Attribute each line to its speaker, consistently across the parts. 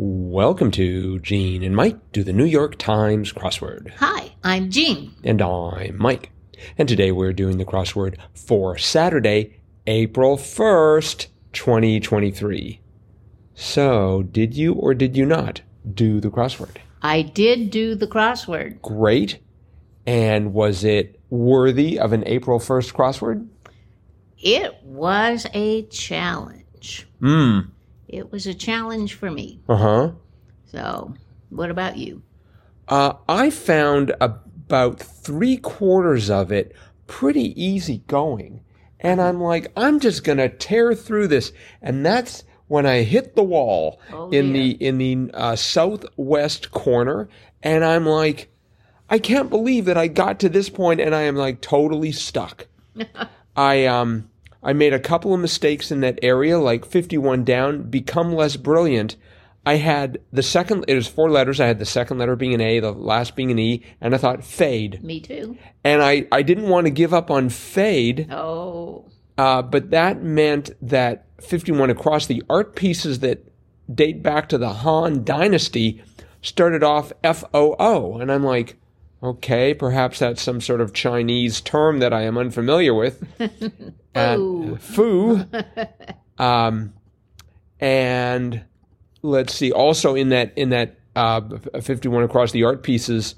Speaker 1: Welcome to Gene and Mike do the New York Times crossword.
Speaker 2: Hi, I'm Jean.
Speaker 1: And I'm Mike. And today we're doing the crossword for Saturday, April 1st, 2023. So, did you or did you not do the crossword?
Speaker 2: I did do the crossword.
Speaker 1: Great. And was it worthy of an April 1st crossword?
Speaker 2: It was a challenge.
Speaker 1: Hmm.
Speaker 2: It was a challenge for me.
Speaker 1: Uh huh.
Speaker 2: So, what about you?
Speaker 1: Uh, I found about three quarters of it pretty easy going. And I'm like, I'm just going to tear through this. And that's when I hit the wall
Speaker 2: Oh,
Speaker 1: in
Speaker 2: dear.
Speaker 1: the, in the uh, southwest corner. And I'm like, I can't believe that I got to this point and I am like totally stuck. I, um, I made a couple of mistakes in that area, like 51 down, become less brilliant. I had the second, it was four letters. I had the second letter being an A, the last being an E, and I thought fade.
Speaker 2: Me too.
Speaker 1: And I, I didn't want to give up on fade,
Speaker 2: Oh,
Speaker 1: uh, but that meant that 51 across the art pieces that date back to the Han dynasty started off FOO. And I'm like, okay, perhaps that's some sort of Chinese term that I am unfamiliar with. and, foo. um, and let's see. Also in that in that uh, f- 51 across the art pieces,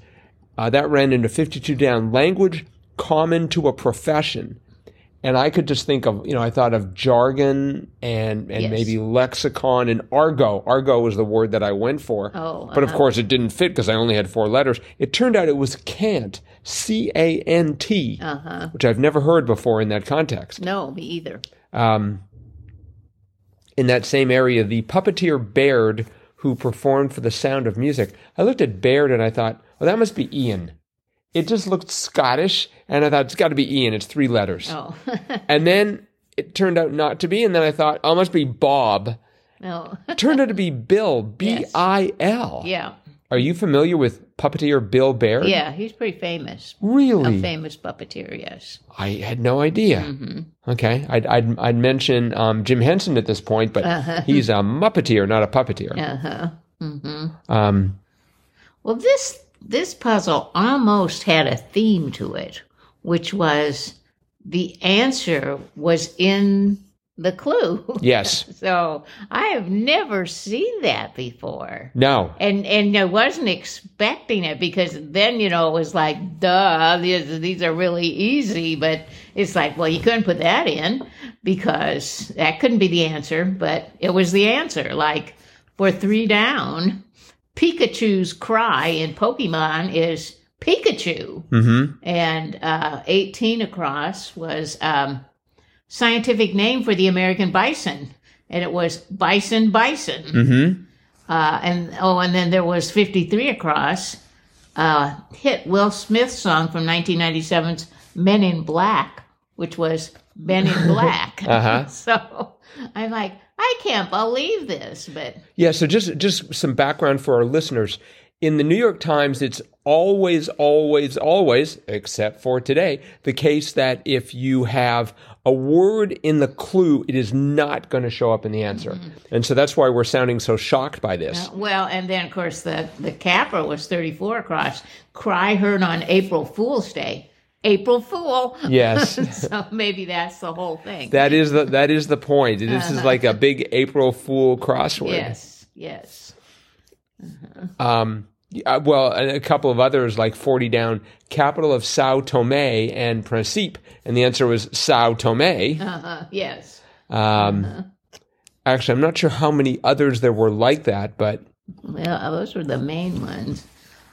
Speaker 1: uh, that ran into 52 down. Language common to a profession, and I could just think of you know I thought of jargon and and
Speaker 2: Yes.
Speaker 1: maybe lexicon and argo. Argo was the word that I went for.
Speaker 2: Oh,
Speaker 1: but of course it didn't fit because I only had four letters. It turned out it was cant, C A N T,
Speaker 2: uh huh.
Speaker 1: which I've never heard before in that context.
Speaker 2: No, me either.
Speaker 1: Um, in that same area, the puppeteer Baird, who performed for The Sound of Music, I looked at Baird and I thought, oh, that must be Ian. It just looked Scottish, and I thought, it's got to be Ian. It's three letters.
Speaker 2: Oh,
Speaker 1: And then it turned out not to be, and then I thought, oh, it must be Bob.
Speaker 2: no.
Speaker 1: It turned out to be Bill, B I L.
Speaker 2: Yeah,
Speaker 1: Are you familiar with puppeteer Bill Baird?
Speaker 2: yeah. He's pretty famous.
Speaker 1: Really?
Speaker 2: A famous puppeteer, yes.
Speaker 1: I had no idea. Okay, I'd, I'd I'd mention um, Jim Henson at this point, but he's a muppeteer, not a puppeteer.
Speaker 2: Uh huh.
Speaker 1: Um,
Speaker 2: Well, this this puzzle almost had a theme to it, which was the answer was in the clue.
Speaker 1: yes,
Speaker 2: So I have never seen that before.
Speaker 1: no,
Speaker 2: And and I wasn't expecting it because then you know it was like duh these these are really easy but it's like well you couldn't put that in because that couldn't be the answer but it was the answer like for three down Pikachu's cry in Pokemon is Pikachu
Speaker 1: mm-hmm.
Speaker 2: and uh, 18 across was um, scientific name for the American bison, and it was bison bison.
Speaker 1: Mhm.
Speaker 2: Uh, and oh, and then there was 53 across, uh, hit Will Smith song from 1997's Men in Black, which was Men in Black.
Speaker 1: Uh-huh.
Speaker 2: so I'm like, I can't believe this, but
Speaker 1: yeah. So just just some background for our listeners. In the New York Times, it's always, always, always, except for today, the case that if you have a word in the clue, it is not going to show up in the answer, and so that's why we're sounding so shocked by this.
Speaker 2: Uh, Well, and then of course the the capper was 34 across. Cry heard on April Fool's Day. April Fool.
Speaker 1: Yes.
Speaker 2: so maybe that's the whole thing.
Speaker 1: That is the that is the point. This is like a big April Fool crossword.
Speaker 2: Uh-huh. yes. Yes.
Speaker 1: Um, uh, well, and a couple of others like forty down, capital of Sao Tome and Principe, and the answer was Sao Tome.
Speaker 2: Uh, yes.
Speaker 1: Um, actually, I'm not sure how many others there were like that, but
Speaker 2: Well, uh, those were the main ones.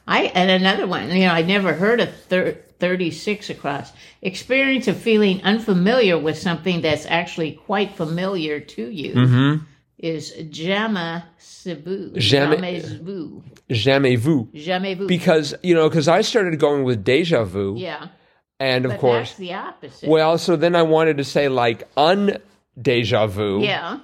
Speaker 2: I and another one. You know, I never heard of thir- 36 across. Experience of feeling unfamiliar with something that's actually quite familiar to you is Jama Cebu.
Speaker 1: Jamais-
Speaker 2: Jamais vu.
Speaker 1: jamais vu.
Speaker 2: Jamais vu.
Speaker 1: Because you know, because I started going with deja vu,
Speaker 2: Yeah.
Speaker 1: and of
Speaker 2: But
Speaker 1: course,
Speaker 2: that's the opposite.
Speaker 1: well, so then I wanted to say like un deja vu,
Speaker 2: yeah.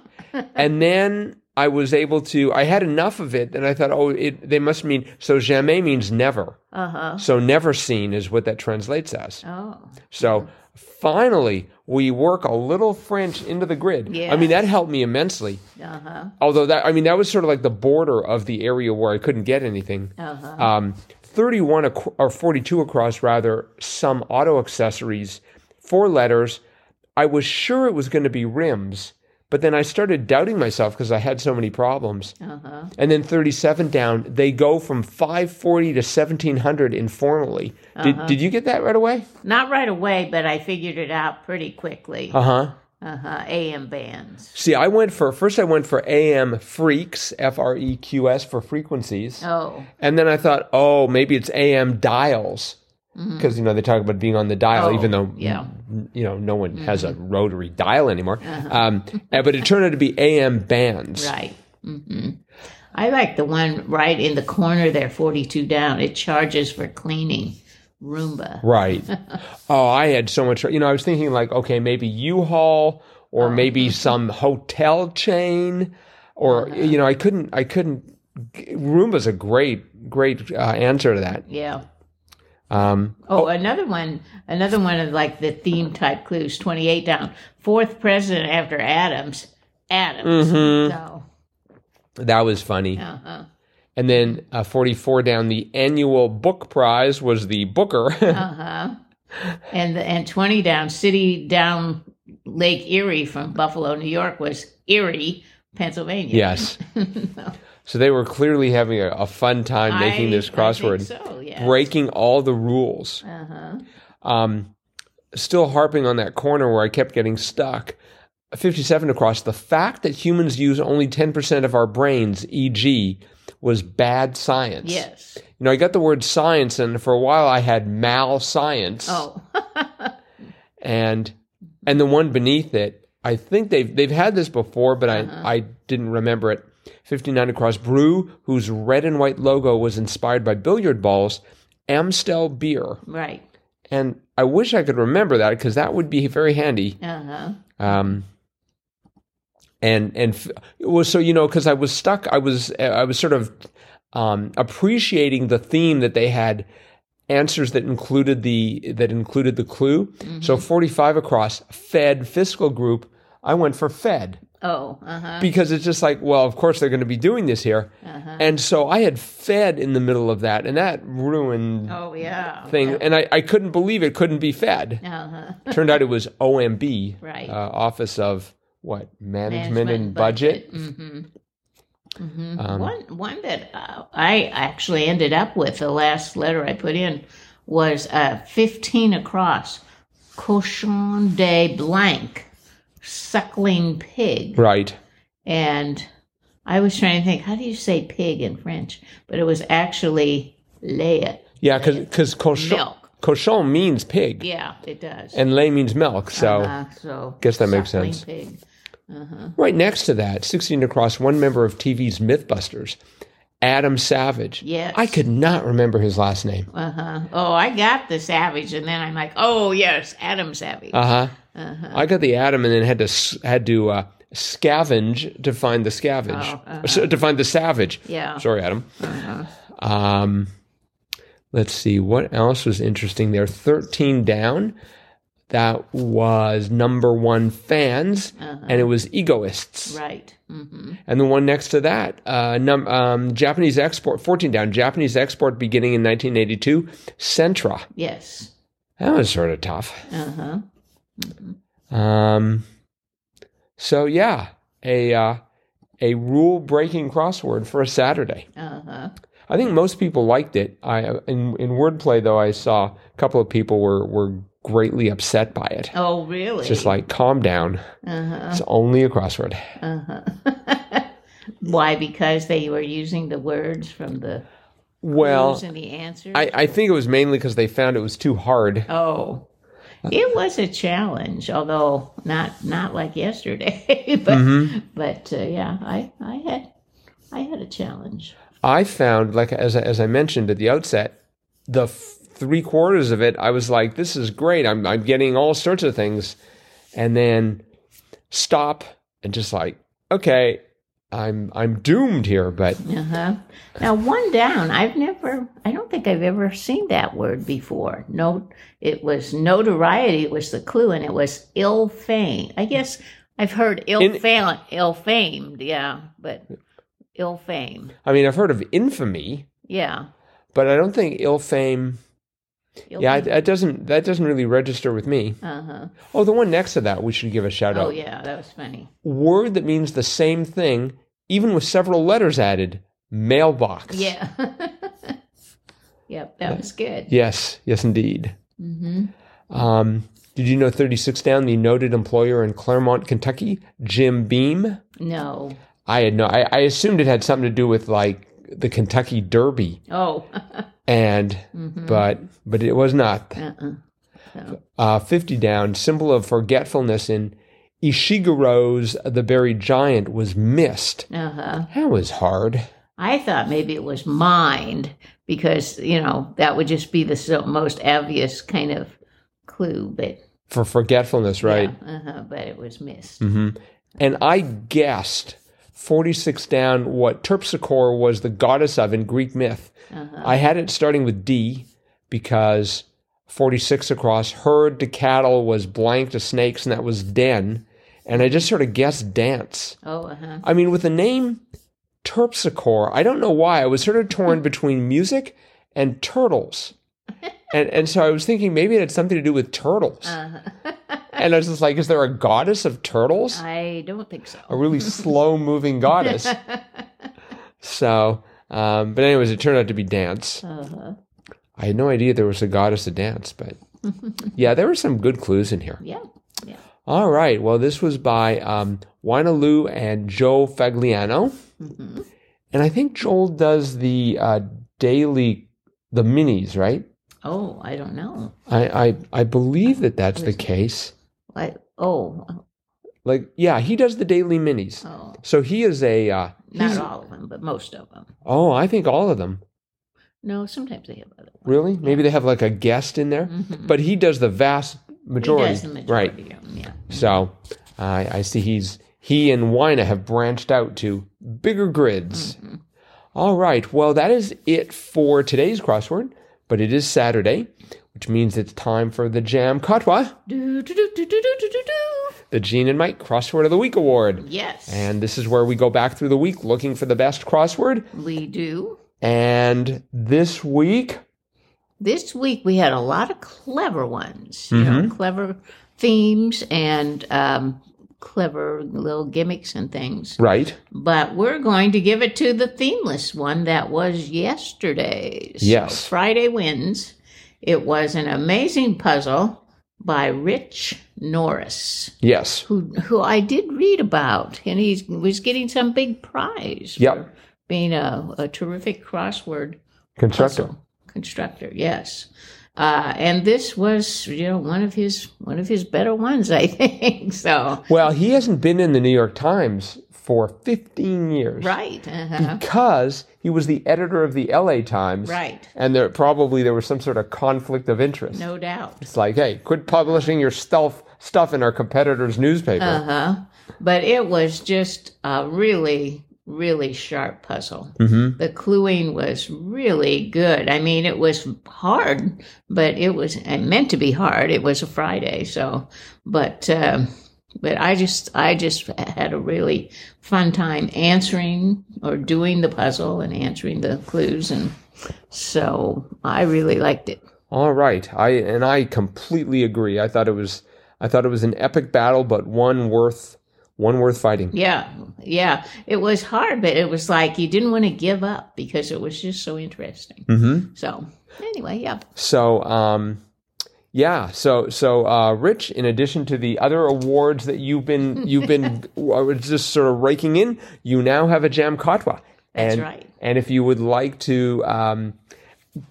Speaker 1: and then I was able to. I had enough of it, and I thought, oh, it, they must mean so. Jamais means never.
Speaker 2: Uh huh.
Speaker 1: So never seen is what that translates as.
Speaker 2: Oh.
Speaker 1: So finally, we work a little French into the grid. I mean, that helped me immensely.
Speaker 2: Uh huh.
Speaker 1: Although that, I mean, that was sort of like the border of the area where I couldn't get anything. Um, Thirty-one ac- or forty-two across, rather, some auto accessories, four letters. I was sure it was going to be rims, but then I started doubting myself because I had so many problems.
Speaker 2: Uh huh.
Speaker 1: And then 37 down, they go from 540 to 1700 informally. Did, did you get that right away?
Speaker 2: Not right away, but I figured it out pretty quickly.
Speaker 1: Uh huh.
Speaker 2: Uh huh. AM bands.
Speaker 1: See, I went for first. I went for AM freaks, F R E Q S for frequencies,
Speaker 2: Oh.
Speaker 1: and then I thought, oh, maybe it's AM dials because you know they talk about being on the dial,
Speaker 2: Mm-hmm. Oh,
Speaker 1: even though
Speaker 2: yeah. Mm-hmm.
Speaker 1: n- you know no one has a rotary dial anymore.
Speaker 2: Uh-huh.
Speaker 1: Um, and- but it turned out to be AM bands.
Speaker 2: Right. hmm I like the one right in the corner there, 42 down. It charges for cleaning. Roomba.
Speaker 1: Right. oh, I had so much. You know, I was thinking like, okay, maybe U-Haul
Speaker 2: Oh.
Speaker 1: or maybe some hotel chain, or
Speaker 2: Uh-huh.
Speaker 1: you know, I couldn't. I couldn't. Roomba's a great, great uh, answer to that.
Speaker 2: Yeah.
Speaker 1: Um,
Speaker 2: Oh, another one, another one of like the theme type clues, 28 down. Fourth president after Adams. Adams.
Speaker 1: Mm-hmm.
Speaker 2: So,
Speaker 1: that was funny.
Speaker 2: uh-huh.
Speaker 1: And then uh, 44 down, the annual book prize was the Booker.
Speaker 2: Uh-huh. And and 20 down, city down Lake Erie from Buffalo, New York was Erie, Pennsylvania.
Speaker 1: yes. So they were clearly having a, a fun time making
Speaker 2: I-
Speaker 1: this crossword.
Speaker 2: I think so, yeah.
Speaker 1: breaking all the rules.
Speaker 2: Uh-huh.
Speaker 1: Um, still harping on that corner where I kept getting stuck. 57 across, the fact that humans use only 10% of our brains, e.g., was bad science.
Speaker 2: Yes.
Speaker 1: You know, I got the word science, and for a while I had mal science.
Speaker 2: Oh.
Speaker 1: And and the one beneath it, I think they've they've had this before, but I, I didn't remember it. 59 across, brew, whose red and white logo was inspired by billiard balls, Amstel beer.
Speaker 2: right.
Speaker 1: And I wish I could remember that because that would be very handy.
Speaker 2: Uh-huh.
Speaker 1: Um, and and f- it was so you know because I was stuck. I was I was sort of um, appreciating the theme that they had answers that included the that included the clue. So
Speaker 2: Mm-hmm.
Speaker 1: forty five across Fed fiscal group. I went for Fed
Speaker 2: Oh, uh-huh.
Speaker 1: because it's just like, well, of course they're going to be doing this here, and so I had Fed in the middle of that, and that ruined
Speaker 2: Oh, yeah.
Speaker 1: thing. And I, I couldn't believe it couldn't be Fed.
Speaker 2: Uh-huh.
Speaker 1: Turned out it was OMB,
Speaker 2: Right.
Speaker 1: Uh, Office of what Management, and
Speaker 2: Management Mm. Mm-hmm.
Speaker 1: Budget. Um,
Speaker 2: one one that uh, I actually ended up with the last letter I put in was uh, fifteen across, cochon de blank, suckling pig,
Speaker 1: Right.
Speaker 2: and I was trying to think how do you say pig in French, but it was actually lait.
Speaker 1: Yeah, because cochon,
Speaker 2: Milk.
Speaker 1: cochon means pig,
Speaker 2: Yeah, it does.
Speaker 1: and lait means milk. So
Speaker 2: uh, so
Speaker 1: guess that makes
Speaker 2: suckling
Speaker 1: sense.
Speaker 2: Pig.
Speaker 1: right next to that, sixteen across, one member of TV's MythBusters, Adam Savage.
Speaker 2: Yes.
Speaker 1: I could not remember his last name.
Speaker 2: Uh huh. Oh, I got the savage, and then I'm like, oh yes, Adam Savage.
Speaker 1: Uh huh.
Speaker 2: Uh-huh.
Speaker 1: I got the Adam, and then had to s- had to uh, scavenge to find the scavenge
Speaker 2: Oh,
Speaker 1: So- to find the savage.
Speaker 2: Yeah.
Speaker 1: Sorry, Adam. Um, let's see what else was interesting there. Thirteen down. That was number one fans, and it was egoists.
Speaker 2: Uh-huh. Right. Mm-hmm.
Speaker 1: And the one next to that, uh, num- um, Japanese export fourteen down. Japanese export beginning in 1982. Sentra.
Speaker 2: Yes.
Speaker 1: That was sort of tough.
Speaker 2: Uh huh.
Speaker 1: Um, so yeah, a uh, a rule breaking crossword for a Saturday.
Speaker 2: Uh huh.
Speaker 1: I think most people liked it. I in in wordplay though, I saw a couple of people were were greatly upset by it.
Speaker 2: Oh, really?
Speaker 1: Just like calm down. It's only a crossword.
Speaker 2: Why? Because they were using the words from the
Speaker 1: Well,
Speaker 2: clues and the answers.
Speaker 1: I, I think it was mainly because they found it was too hard.
Speaker 2: oh, it was a challenge, although not not like yesterday. but
Speaker 1: Mm-hmm.
Speaker 2: but uh, yeah, I I had I had a challenge.
Speaker 1: I found like as I- as I mentioned at the outset, the f- three quarters of it, I was like, "This is great. I'm I'm getting all sorts of things," and then stop and just like, "Okay, I'm I'm doomed here, but
Speaker 2: Uh-huh. Now, one down. I've never, I don't think I've ever seen that word before. No, it was notoriety was the clue, and it was ill fame. I guess I've heard ill
Speaker 1: In-
Speaker 2: fame, ill famed, yeah, but ill fame,
Speaker 1: I mean I've heard of infamy,
Speaker 2: yeah.
Speaker 1: but I don't think ill fame.
Speaker 2: Ill
Speaker 1: Yeah, I- that doesn't that doesn't really register with me.
Speaker 2: Uh huh.
Speaker 1: Oh, the one next to that we should give a shout
Speaker 2: Oh
Speaker 1: out.
Speaker 2: yeah, that was funny.
Speaker 1: Word that means the same thing, even with several letters added. Mailbox.
Speaker 2: Yeah. yep, that was good.
Speaker 1: Yes. Yes, indeed.
Speaker 2: Mm-hmm.
Speaker 1: Um, did you know 36 down the noted employer in Claremont, Kentucky, Jim Beam?
Speaker 2: No.
Speaker 1: I had no. I, I assumed it had something to do with like the Kentucky Derby,
Speaker 2: Oh.
Speaker 1: and
Speaker 2: Mhm.
Speaker 1: but but it was not.
Speaker 2: uh-uh.
Speaker 1: Uh, Fifty down, symbol of forgetfulness in Ishiguro's The Buried Giant was missed.
Speaker 2: Uh huh.
Speaker 1: That was hard.
Speaker 2: I thought maybe it was mind because, you know, that would just be the so, most obvious kind of clue, but
Speaker 1: for forgetfulness, right?
Speaker 2: yeah, uh-huh, but it was missed.
Speaker 1: hmm And I guessed 46 down what Terpsichore was the goddess of in Greek myth.
Speaker 2: Uh-huh.
Speaker 1: I had it starting with D because 46 across herd to cattle was blank to snakes, and that was den. And I just sort of guessed dance.
Speaker 2: Oh, uh-huh.
Speaker 1: I mean, with the name Terpsichore, I don't know why. I was sort of torn between music and turtles. And, and so I was thinking maybe it had something to do with turtles.
Speaker 2: uh-huh.
Speaker 1: And I was just like, is there a goddess of turtles?
Speaker 2: I don't think so.
Speaker 1: A really slow moving goddess. So, um, but anyways, it turned out to be dance.
Speaker 2: Uh-huh.
Speaker 1: I had no idea there was a goddess of dance, but yeah, there were some good clues in here.
Speaker 2: Yeah.
Speaker 1: All right. Well, this was by um, Wanaloo and Joe Fagliano.
Speaker 2: hmm
Speaker 1: And I think Joel does the uh, daily, the minis, right?
Speaker 2: Oh, I don't know.
Speaker 1: I, I, I believe that that's the case.
Speaker 2: Like, oh,
Speaker 1: Like, yeah, he does the daily minis.
Speaker 2: oh,
Speaker 1: So he is a, uh,
Speaker 2: not
Speaker 1: he's-
Speaker 2: all of them, but most of them.
Speaker 1: oh, I think all of them.
Speaker 2: No, sometimes they have other ones.
Speaker 1: Really? Maybe they have like a guest in there,
Speaker 2: Mhm.
Speaker 1: but he does the vast majority,
Speaker 2: He does the
Speaker 1: right?
Speaker 2: majority of them, yeah.
Speaker 1: So I I see he's he and Wina have branched out to bigger
Speaker 2: Mm.
Speaker 1: grids.
Speaker 2: Mm-hmm.
Speaker 1: All right. Well, that is it for today's crossword, but it is Saturday, which means it's time for the Jam Katwa,
Speaker 2: Do, do, do, do, do, do, do, do.
Speaker 1: the Gene and Mike Crossword of the Week Award.
Speaker 2: Yes,
Speaker 1: And this is where we go back through the week looking for the best crossword.
Speaker 2: we do.
Speaker 1: And this week,
Speaker 2: this week we had a lot of clever ones, you
Speaker 1: Mm-hmm.
Speaker 2: know, clever themes and um, clever little gimmicks and things.
Speaker 1: right?
Speaker 2: But we're going to give it to the themeless one that was yesterday's. So
Speaker 1: Yes.
Speaker 2: Friday wins. It was an amazing puzzle by Rich Norris,
Speaker 1: Yes.
Speaker 2: who who I did read about, and he was getting some big prize.
Speaker 1: Yep.
Speaker 2: for Being a, a terrific crossword
Speaker 1: Constructor.
Speaker 2: Puzzle constructor yes uh, and this was you know one of his one of his better ones i think so
Speaker 1: Well, he hasn't been in the New York Times for 15 years.
Speaker 2: right uh-huh.
Speaker 1: Because he was the editor of the LA Times.
Speaker 2: right
Speaker 1: And there probably there was some sort of conflict of interest.
Speaker 2: no doubt
Speaker 1: It's like, hey, quit publishing your stuff stuff in our competitor's newspaper.
Speaker 2: uh-huh but it was just a really really sharp puzzle
Speaker 1: Mhm.
Speaker 2: the cluing was really good i mean it was hard but it was and meant to be hard it was a friday so but um but I just I just had a really fun time answering or doing the puzzle and answering the clues and so I really liked it.
Speaker 1: All right. I and I completely agree. I thought it was I thought it was an epic battle, but one worth one worth fighting.
Speaker 2: Yeah. Yeah. It was hard, but it was like you didn't want to give up because it was just so interesting.
Speaker 1: Mm-hmm.
Speaker 2: So anyway, yeah.
Speaker 1: So um yeah, so so uh, Rich. In addition to the other awards that you've been you've been uh, just sort of raking in, you now have a Jam Katwa.
Speaker 2: That's
Speaker 1: and,
Speaker 2: right.
Speaker 1: And if you would like to um,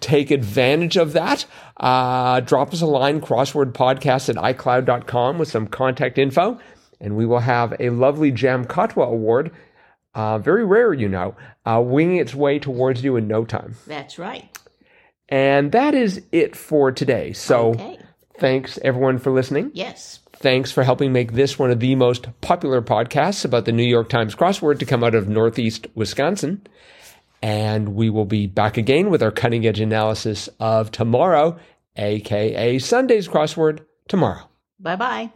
Speaker 1: take advantage of that, uh, drop us a line, crosswordpodcast at iCloud.com with some contact info, and we will have a lovely Jam Katwa award. Uh, very rare, you know, uh, winging its way towards you in no time.
Speaker 2: That's right.
Speaker 1: And that is it for today. So
Speaker 2: Okay.
Speaker 1: Thanks, everyone, for listening.
Speaker 2: Yes.
Speaker 1: Thanks for helping make this one of the most popular podcasts about the New York Times crossword to come out of Northeast Wisconsin. And we will be back again with our cutting edge analysis of tomorrow, aka Sunday's crossword tomorrow.
Speaker 2: Bye bye.